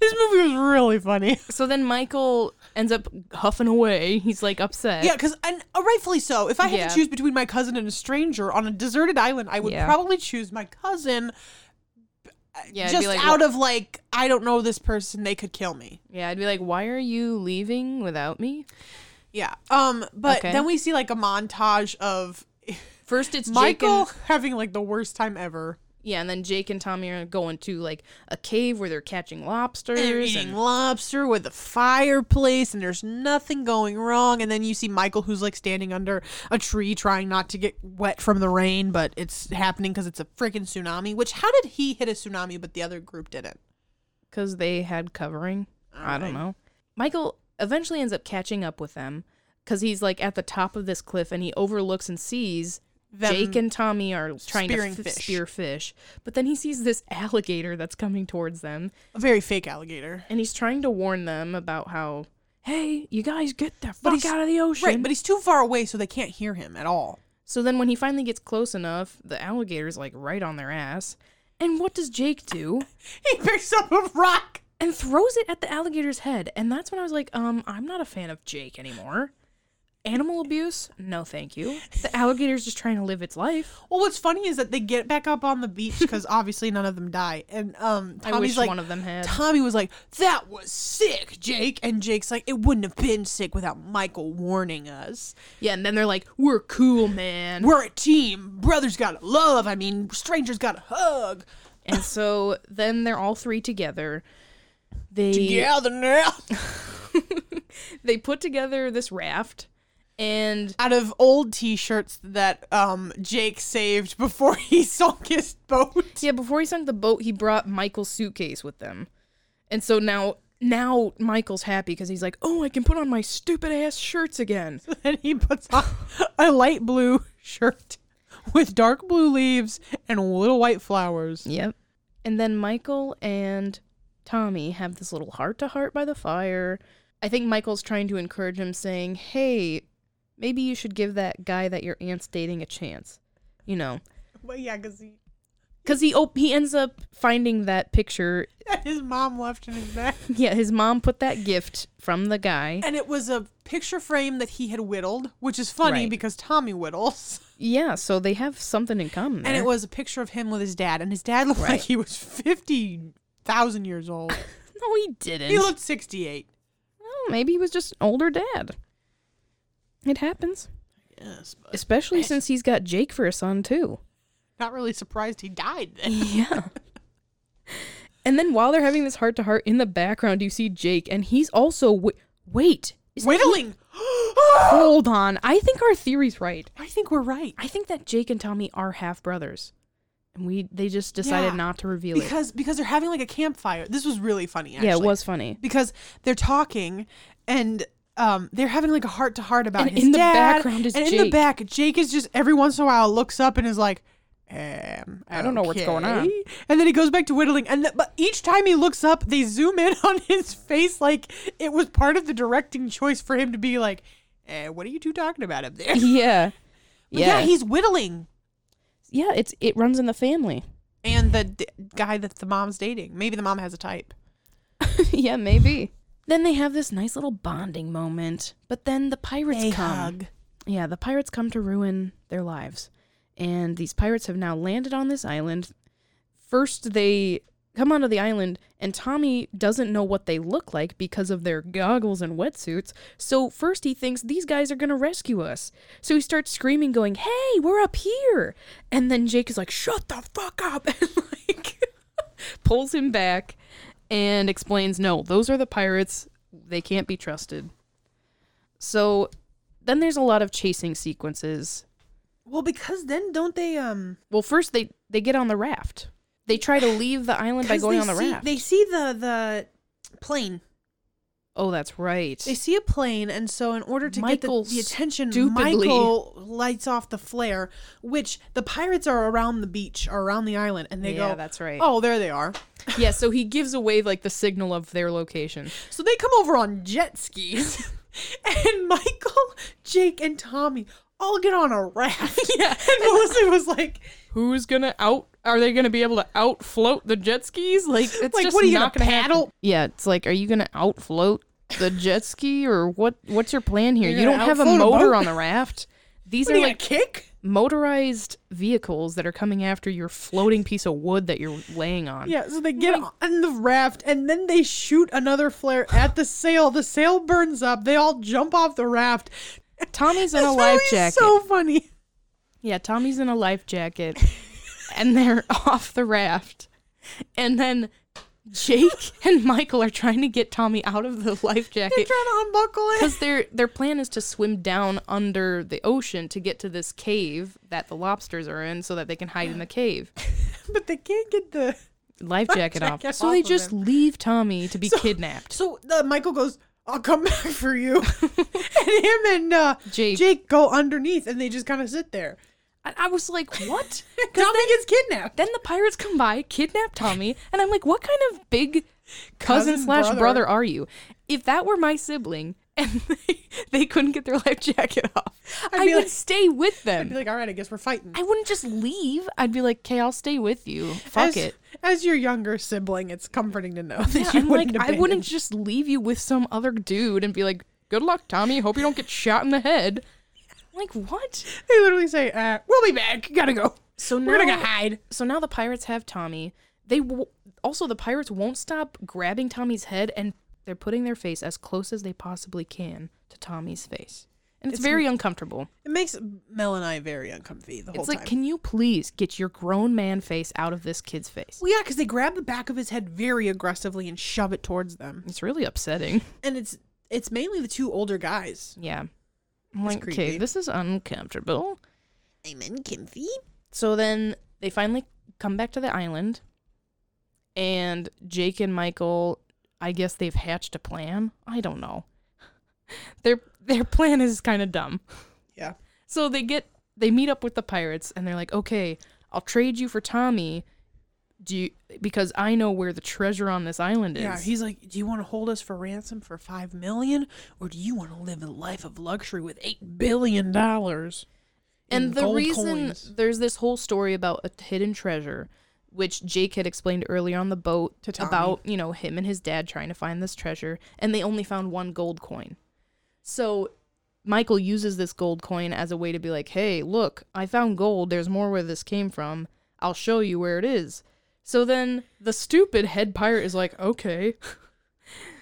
S1: This movie was really funny.
S2: so then Michael ends up huffing away. He's like upset.
S1: Yeah, because and uh, rightfully so. If I had
S2: Yeah.
S1: to choose between my cousin and a stranger on a deserted island, I would
S2: Yeah.
S1: probably choose my cousin.
S2: Yeah, it'd be
S1: just
S2: like,
S1: out of like, I don't know this person. They could kill me.
S2: Yeah, I'd be like, "Why are you leaving without me?"
S1: Yeah. Um. But
S2: Okay.
S1: then we see like a montage of
S2: First, it's
S1: Michael
S2: Jake and,
S1: having like the worst time ever,
S2: yeah, and then Jake and Tommy are going to like a cave where they're catching lobsters.
S1: They're eating lobster with a fireplace, and there's nothing going wrong. And then you see Michael, who's like standing under a tree, trying not to get wet from the rain, but it's happening because it's a freaking tsunami. Which how did he hit a tsunami, but the other group didn't?
S2: because they had covering. I don't know. Michael eventually ends up catching up with them because he's like at the top of this cliff and he overlooks and sees
S1: Them-
S2: Jake and Tommy are trying to
S1: spearing
S2: f-
S1: fish.
S2: spear fish. But then he sees this *laughs* alligator that's coming towards them
S1: A very fake alligator.
S2: and he's trying to warn them about how, hey, you guys get the fuck
S1: he's-
S2: out of the ocean.
S1: Right, but he's too far away, so they can't hear him at all. *laughs*
S2: so then when he finally gets close enough, the alligator's like right on their ass. And what does Jake do?
S1: He picks up a rock.
S2: and throws it at the alligator's head. And that's when I was like, um, I'm not a fan of Jake anymore. Animal abuse? No, thank you. The alligator's just trying to live its life.
S1: Well, what's funny is that they get back up on the beach
S2: *laughs*
S1: because obviously none of them die. And um, Tommy's
S2: I wish
S1: like,
S2: one of them had.
S1: Tommy was like, "That was sick, Jake," and Jake's like, "It wouldn't have been sick without Michael warning us.
S2: yeah, and then they're like, we're cool, man.
S1: We're a team. Brothers gotta love. I mean, strangers gotta hug.
S2: and so then they're all three together. They
S1: Together now."
S2: *laughs* they put together this raft and
S1: Out of old T-shirts that um, Jake saved before *laughs* he sunk his boat, *laughs*
S2: yeah, before he sunk the boat, he brought Michael's suitcase with them. And so now now Michael's happy because he's like, "Oh, I can put on my stupid ass shirts again."
S1: and he puts on a light blue shirt with dark blue leaves and little white flowers.
S2: Yep. And then Michael and Tommy have this little heart to heart by the fire. I think Michael's trying to encourage him, saying, Hey, maybe you should give that guy that your aunt's dating a chance. You know,
S1: But yeah, because he.
S2: because he op- he ends up finding that picture. *laughs*
S1: *laughs* His mom left in his bag.
S2: Yeah, his mom put that gift from the guy.
S1: *laughs* and it was a picture frame that he had whittled, which is funny
S2: Right.
S1: because Tommy *laughs* whittles.
S2: Yeah, so they have something in common.
S1: And it
S2: there.
S1: was a picture of him with his dad, and his dad looked
S2: Right.
S1: like he was fifty thousand years *laughs* old.
S2: no, he didn't.
S1: he looked sixty-eight.
S2: Well, maybe he was just an older dad. It happens,
S1: Yes, but
S2: especially since he's got Jake for a son too.
S1: not really surprised he died then.
S2: Yeah. *laughs* and then while they're having this heart to heart, in the background you see Jake, and he's also wi- wait. isn't he- *gasps*
S1: Whittling.
S2: Hold on. I think our theory's right.
S1: I think we're right
S2: I think that Jake and Tommy are half brothers, and we they just decided
S1: Yeah.
S2: not to reveal it.
S1: because because they're having like a campfire. This was really funny. Actually.
S2: Yeah, it was funny. *laughs*
S1: because they're talking and um, they're having like a heart to heart about
S2: And
S1: his
S2: in the
S1: dad,
S2: background is
S1: and in the
S2: Jake.
S1: back, Jake is just every once in a while looks up and is like, um,
S2: I don't know what's going on.
S1: okay." And then he goes back to whittling, and th- but each time he looks up, they zoom in *laughs* on his face like it was part of the directing choice for him to be like, eh, "What are you two talking about up there?" But
S2: Yeah.
S1: yeah,
S2: Yeah.
S1: he's whittling,
S2: yeah, it's it runs in the family. *laughs*
S1: and the d- guy that the mom's dating. Maybe the mom has a type.
S2: yeah, maybe. Then they have this nice little bonding moment, but then the pirates come. Yeah, the pirates come to ruin their lives. And these pirates have now landed on this island. First, they come onto the island, and Tommy doesn't know what they look like because of their goggles and wetsuits. So, first, he thinks these guys are going to rescue us. So, he starts screaming, going, Hey, we're up here. And then Jake is like, Shut the fuck up. *laughs* And, like, pulls him back and explains, No, those are the pirates. They can't be trusted. So, then there's a lot of chasing sequences.
S1: Well, because then don't they um.
S2: Well, first they they get on the raft. They try to leave the island by
S1: 'Cause
S2: going
S1: they
S2: on the
S1: see,
S2: raft.
S1: They see the the plane.
S2: Oh, that's right.
S1: They see a plane, and so in order to
S2: Michael
S1: get the, the attention,
S2: stupidly-
S1: Michael lights off the flare, which the pirates are around the beach or around the island, and they go,
S2: Yeah, that's right.
S1: Oh, there they are.
S2: yeah, so he gives away like the signal of their location.
S1: So they come over on jet skis, *laughs* and Michael, Jake, and Tommy all get on a
S2: *laughs*
S1: raft. *laughs* Yeah, and Melissa was like,
S2: Who's gonna out? Are they gonna be able to out float the jet skis? Like, it's
S1: Like,
S2: just
S1: what are you
S2: not
S1: gonna
S2: happen.
S1: paddle?
S2: Yeah, it's like, are you gonna out float the jet ski or what? What's your plan here?
S1: You're
S2: you
S1: gonna
S2: don't have a
S1: outfloat a
S2: motor
S1: boat?
S2: on the *laughs* raft. These
S1: "What
S2: are
S1: are you
S2: like
S1: like kick?"
S2: motorized vehicles that are coming after your floating piece of wood that you're laying on.
S1: Yeah, so they get on the raft and then they shoot another flare at the sail. The sail burns up. They all jump off the raft.
S2: Tommy's in
S1: This
S2: a life
S1: movie's
S2: jacket.
S1: So funny.
S2: Yeah, Tommy's in a life jacket and they're *laughs* off the raft. And then Jake *laughs* and Michael are trying to get Tommy out of the life
S1: They're trying
S2: jacket
S1: to unbuckle it.
S2: cuz their their plan is to swim down under the ocean to get to this cave that the lobsters are in so that they can hide in the cave.
S1: but they can't get the.
S2: Life jacket off.
S1: jacket
S2: So they
S1: off of
S2: just leave Tommy to be kidnapped.
S1: So uh, Michael goes, "I'll come *laughs* back for you," and him and uh,
S2: Jake.
S1: Jake go underneath, and they just kind of sit *laughs* there.
S2: I, I was like, "What?"
S1: Tommy gets kidnapped.
S2: Then the pirates come by, kidnap Tommy, and I'm like, what kind of big cousin,
S1: Cousin,
S2: slash
S1: brother.
S2: brother. are you? If that were my sibling *laughs* and they, they couldn't get their life jacket off,
S1: I'd
S2: I'd
S1: be like-
S2: stay with
S1: I'd be
S2: them.
S1: like, "All right, I guess we're fighting."
S2: I wouldn't just leave. I'd be like, okay, I'll stay with you. Fuck
S1: as,
S2: it.
S1: As your younger sibling, it's comforting to know *laughs* that
S2: Yeah,
S1: *laughs* you
S2: I'm
S1: wouldn't.
S2: like, I
S1: abandon-
S2: wouldn't just leave you with some other dude and be like, good luck, Tommy. Hope you don't get shot in
S1: *laughs*
S2: the head. Like, what?
S1: They literally say, uh, "We'll be back. Gotta go.
S2: So
S1: We're gonna
S2: now-
S1: go hide."
S2: So now the pirates have Tommy. They w- also the pirates won't stop grabbing Tommy's head and they're putting their face as close as they possibly can to Tommy's face. And it's, very uncomfortable.
S1: It makes Mel and I very uncomfy the whole
S2: It's like,
S1: time.
S2: can you please get your grown man face out of this kid's face?
S1: well, yeah, because they grab the back of his head very aggressively and shove it towards them,
S2: It's really upsetting. *laughs*
S1: and it's it's mainly the two older guys.
S2: Yeah. I'm like,
S1: creepy.
S2: okay, this is uncomfortable.
S1: I'm uncomfy.
S2: So then they finally come back to the island, and Jake and Michael, I guess they've hatched a plan. I don't know. *laughs* Their their plan is kind of dumb.
S1: Yeah.
S2: So they get they meet up with the pirates, and they're like, "Okay, I'll trade you for Tommy." Do you, because I know where the treasure on this island is.
S1: Yeah, he's like, "Do you want to hold us for ransom for five million, or do you want to live a life of luxury with eight billion dollars?" in
S2: and the
S1: gold
S2: reason
S1: coins.
S2: there's this whole story about a hidden treasure which jake had explained earlier on the boat about you know him and his dad trying to find this treasure and they only found one gold coin so michael uses this gold coin as a way to be like hey look i found gold there's more where this came from i'll show you where it is so then the stupid head pirate is like okay *laughs*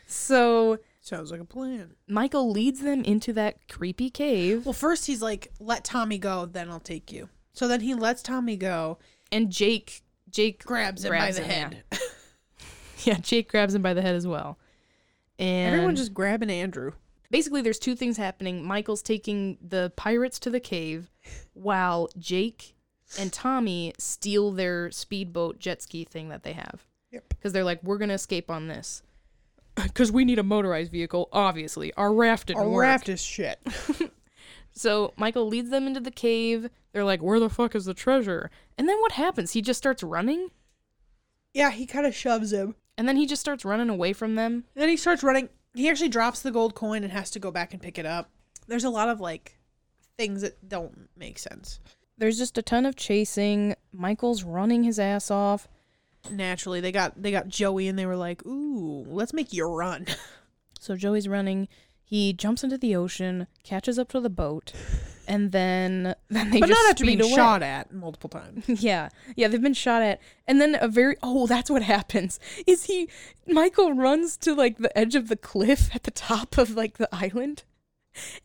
S2: so
S1: Sounds like a plan.
S2: michael leads them into that creepy cave
S1: Well, first he's like, "Let Tommy go, then I'll take you." So then he lets Tommy go,
S2: and jake jake
S1: grabs him
S2: Grabs
S1: by the
S2: him, yeah.
S1: head.
S2: *laughs* Yeah, Jake grabs him by the head as well. And
S1: Everyone just grabbing Andrew.
S2: basically there's two things happening. Michael's taking the pirates to the cave while Jake and Tommy steal their speedboat jet ski thing that they have.
S1: Yep.
S2: Cuz they're like we're going to escape on *laughs* this. Cuz we need a motorized vehicle, obviously. Our raft didn't
S1: Our
S2: work.
S1: raft is shit.
S2: So Michael leads them into the cave. They're like, "Where the fuck is the treasure?" And then what happens? He just starts running,
S1: *laughs* yeah, he kind of shoves him.
S2: and then he just starts running away from them.
S1: Then he starts running. He actually drops the gold coin and has to go back and pick it up. There's a lot of like things that don't make sense.
S2: There's just a ton of chasing. Michael's running his ass off.
S1: Naturally, they got they got Joey and they were like, "Ooh, let's make you run." *laughs*
S2: So Joey's running. He jumps into the ocean, catches up to the boat, and then *laughs* then they
S1: but
S2: just
S1: not after
S2: speed
S1: being
S2: away.
S1: shot at multiple times.
S2: *laughs* Yeah, yeah, they've been shot at, and then a very oh, that's what happens. Is he Michael runs to like the edge of the cliff at the top of like the island,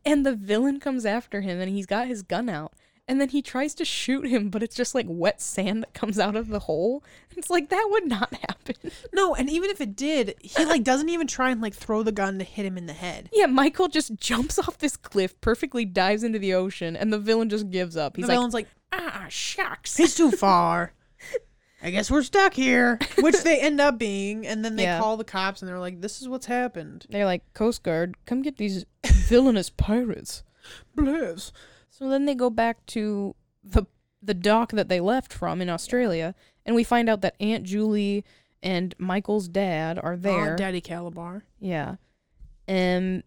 S2: and the villain comes after him, and he's got his gun out, and then he tries to shoot him, but it's just like wet sand that comes out of the hole. It's like that would not *laughs* happen.
S1: No, and even if it did, he like doesn't even try and like throw the gun to hit him in the head.
S2: Yeah, Michael just *laughs* jumps off this cliff, perfectly dives into the ocean, and the villain just gives up. He's
S1: the
S2: like,
S1: villain's like,
S2: ah, shucks.
S1: "He's too far." I guess we're stuck
S2: *laughs*
S1: here, which they end up being. And then they
S2: Yeah.
S1: call the cops and they're like, this is what's happened.
S2: *laughs* They're like, Coast Guard, come get these *laughs* villainous pirates.
S1: Bless.
S2: So then they go back to the the dock that they left from in Australia, and we find out that Aunt Julie and Michael's dad are there.
S1: Oh, Daddy Calabar.
S2: Yeah. And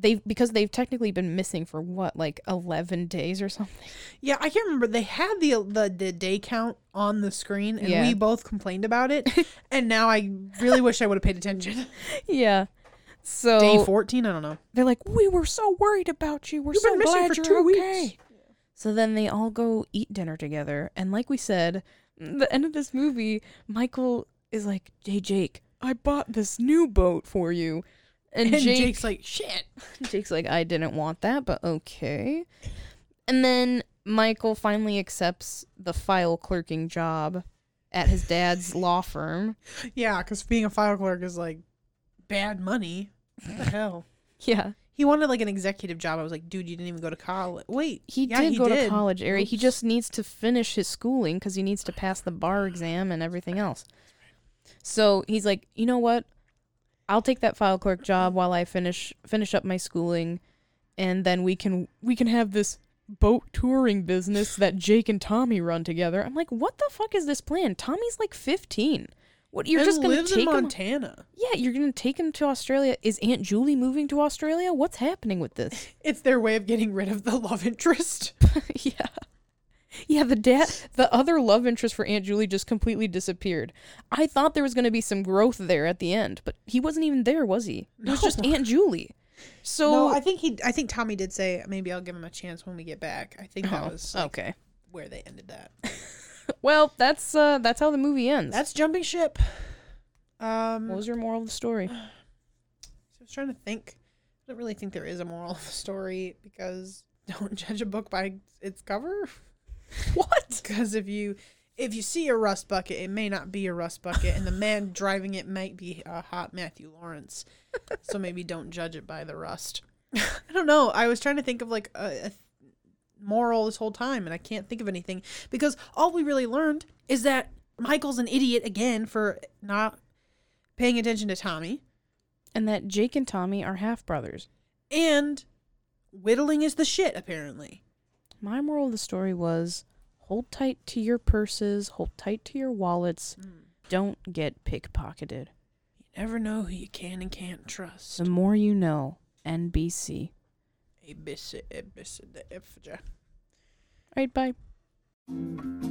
S2: they've because they've technically been missing for what, like eleven days or something. *laughs*
S1: Yeah, I can't remember. They had the the, the day count on the screen, and
S2: Yeah.
S1: we both complained about
S2: *laughs*
S1: it. and now I really wish I would have paid attention.
S2: yeah. So
S1: Day fourteen, I don't know.
S2: they're like, We were so worried about you. We're
S1: You've
S2: so
S1: been missing
S2: glad
S1: for
S2: you're
S1: two weeks."
S2: okay. So then they all go eat dinner together, and like we said, the end of this movie, Michael is like, "Hey Jake, I bought this new boat for you," and,
S1: And
S2: Jake,
S1: Jake's like, shit.
S2: *laughs* Jake's like, I didn't want that, but okay. And then Michael finally accepts the file clerking job at his dad's law firm.
S1: Yeah, because being a file clerk is like bad money. What the hell?
S2: Yeah.
S1: He wanted like an executive job. I was like, dude, you didn't even go to college. Wait,
S2: He
S1: yeah,
S2: did
S1: he
S2: go to college, Ari. He
S1: Oops.
S2: just needs to finish his schooling because he needs to pass the bar exam and everything else. So he's like, you know what? I'll take that file clerk job while I finish finish up my schooling, and then we can we can have this boat touring business that Jake and Tommy run together. I'm like, what the fuck is this plan? Tommy's like 15. What you're
S1: And
S2: just gonna
S1: lives
S2: take
S1: in
S2: him?
S1: Montana.
S2: Yeah, you're gonna take him to Australia. Is Aunt Julie moving to Australia? What's happening with this?
S1: It's their way of getting rid of the love
S2: *laughs*
S1: interest.
S2: yeah. Yeah, the dad, the other love interest for Aunt Julie just completely disappeared. I thought there was going to be some growth there at the end, but he wasn't even there, was he? It was just
S1: No.
S2: Aunt Julie. So
S1: no, I think he. I think Tommy did say maybe I'll give him a chance when we get back. I think that
S2: Oh,
S1: was like,
S2: okay.
S1: where they ended that.
S2: Well, that's uh that's how the movie ends.
S1: That's jumping ship. Um,
S2: what was your moral of the story?
S1: I was trying to think. I don't really think there is a moral of the story because *laughs* don't judge a book by its cover. What? Because if you if you see a rust bucket, it may not be a rust bucket, and the man driving it might be a hot Matthew Lawrence. so maybe don't judge it by the rust. *laughs* I don't know. I was trying to think of like a, a th- moral this whole time, and I can't think of anything because all we really learned is that Michael's an idiot again for not paying attention to Tommy.
S2: And that Jake and Tommy are half brothers.
S1: And whittling is the shit, apparently.
S2: My moral of the story was hold tight to your purses, hold tight to your wallets.
S1: Hmm.
S2: Don't get pickpocketed.
S1: You never know who you can and can't trust.
S2: The more you know. NBC.
S1: ABC, ABC, the F-
S2: All right, bye.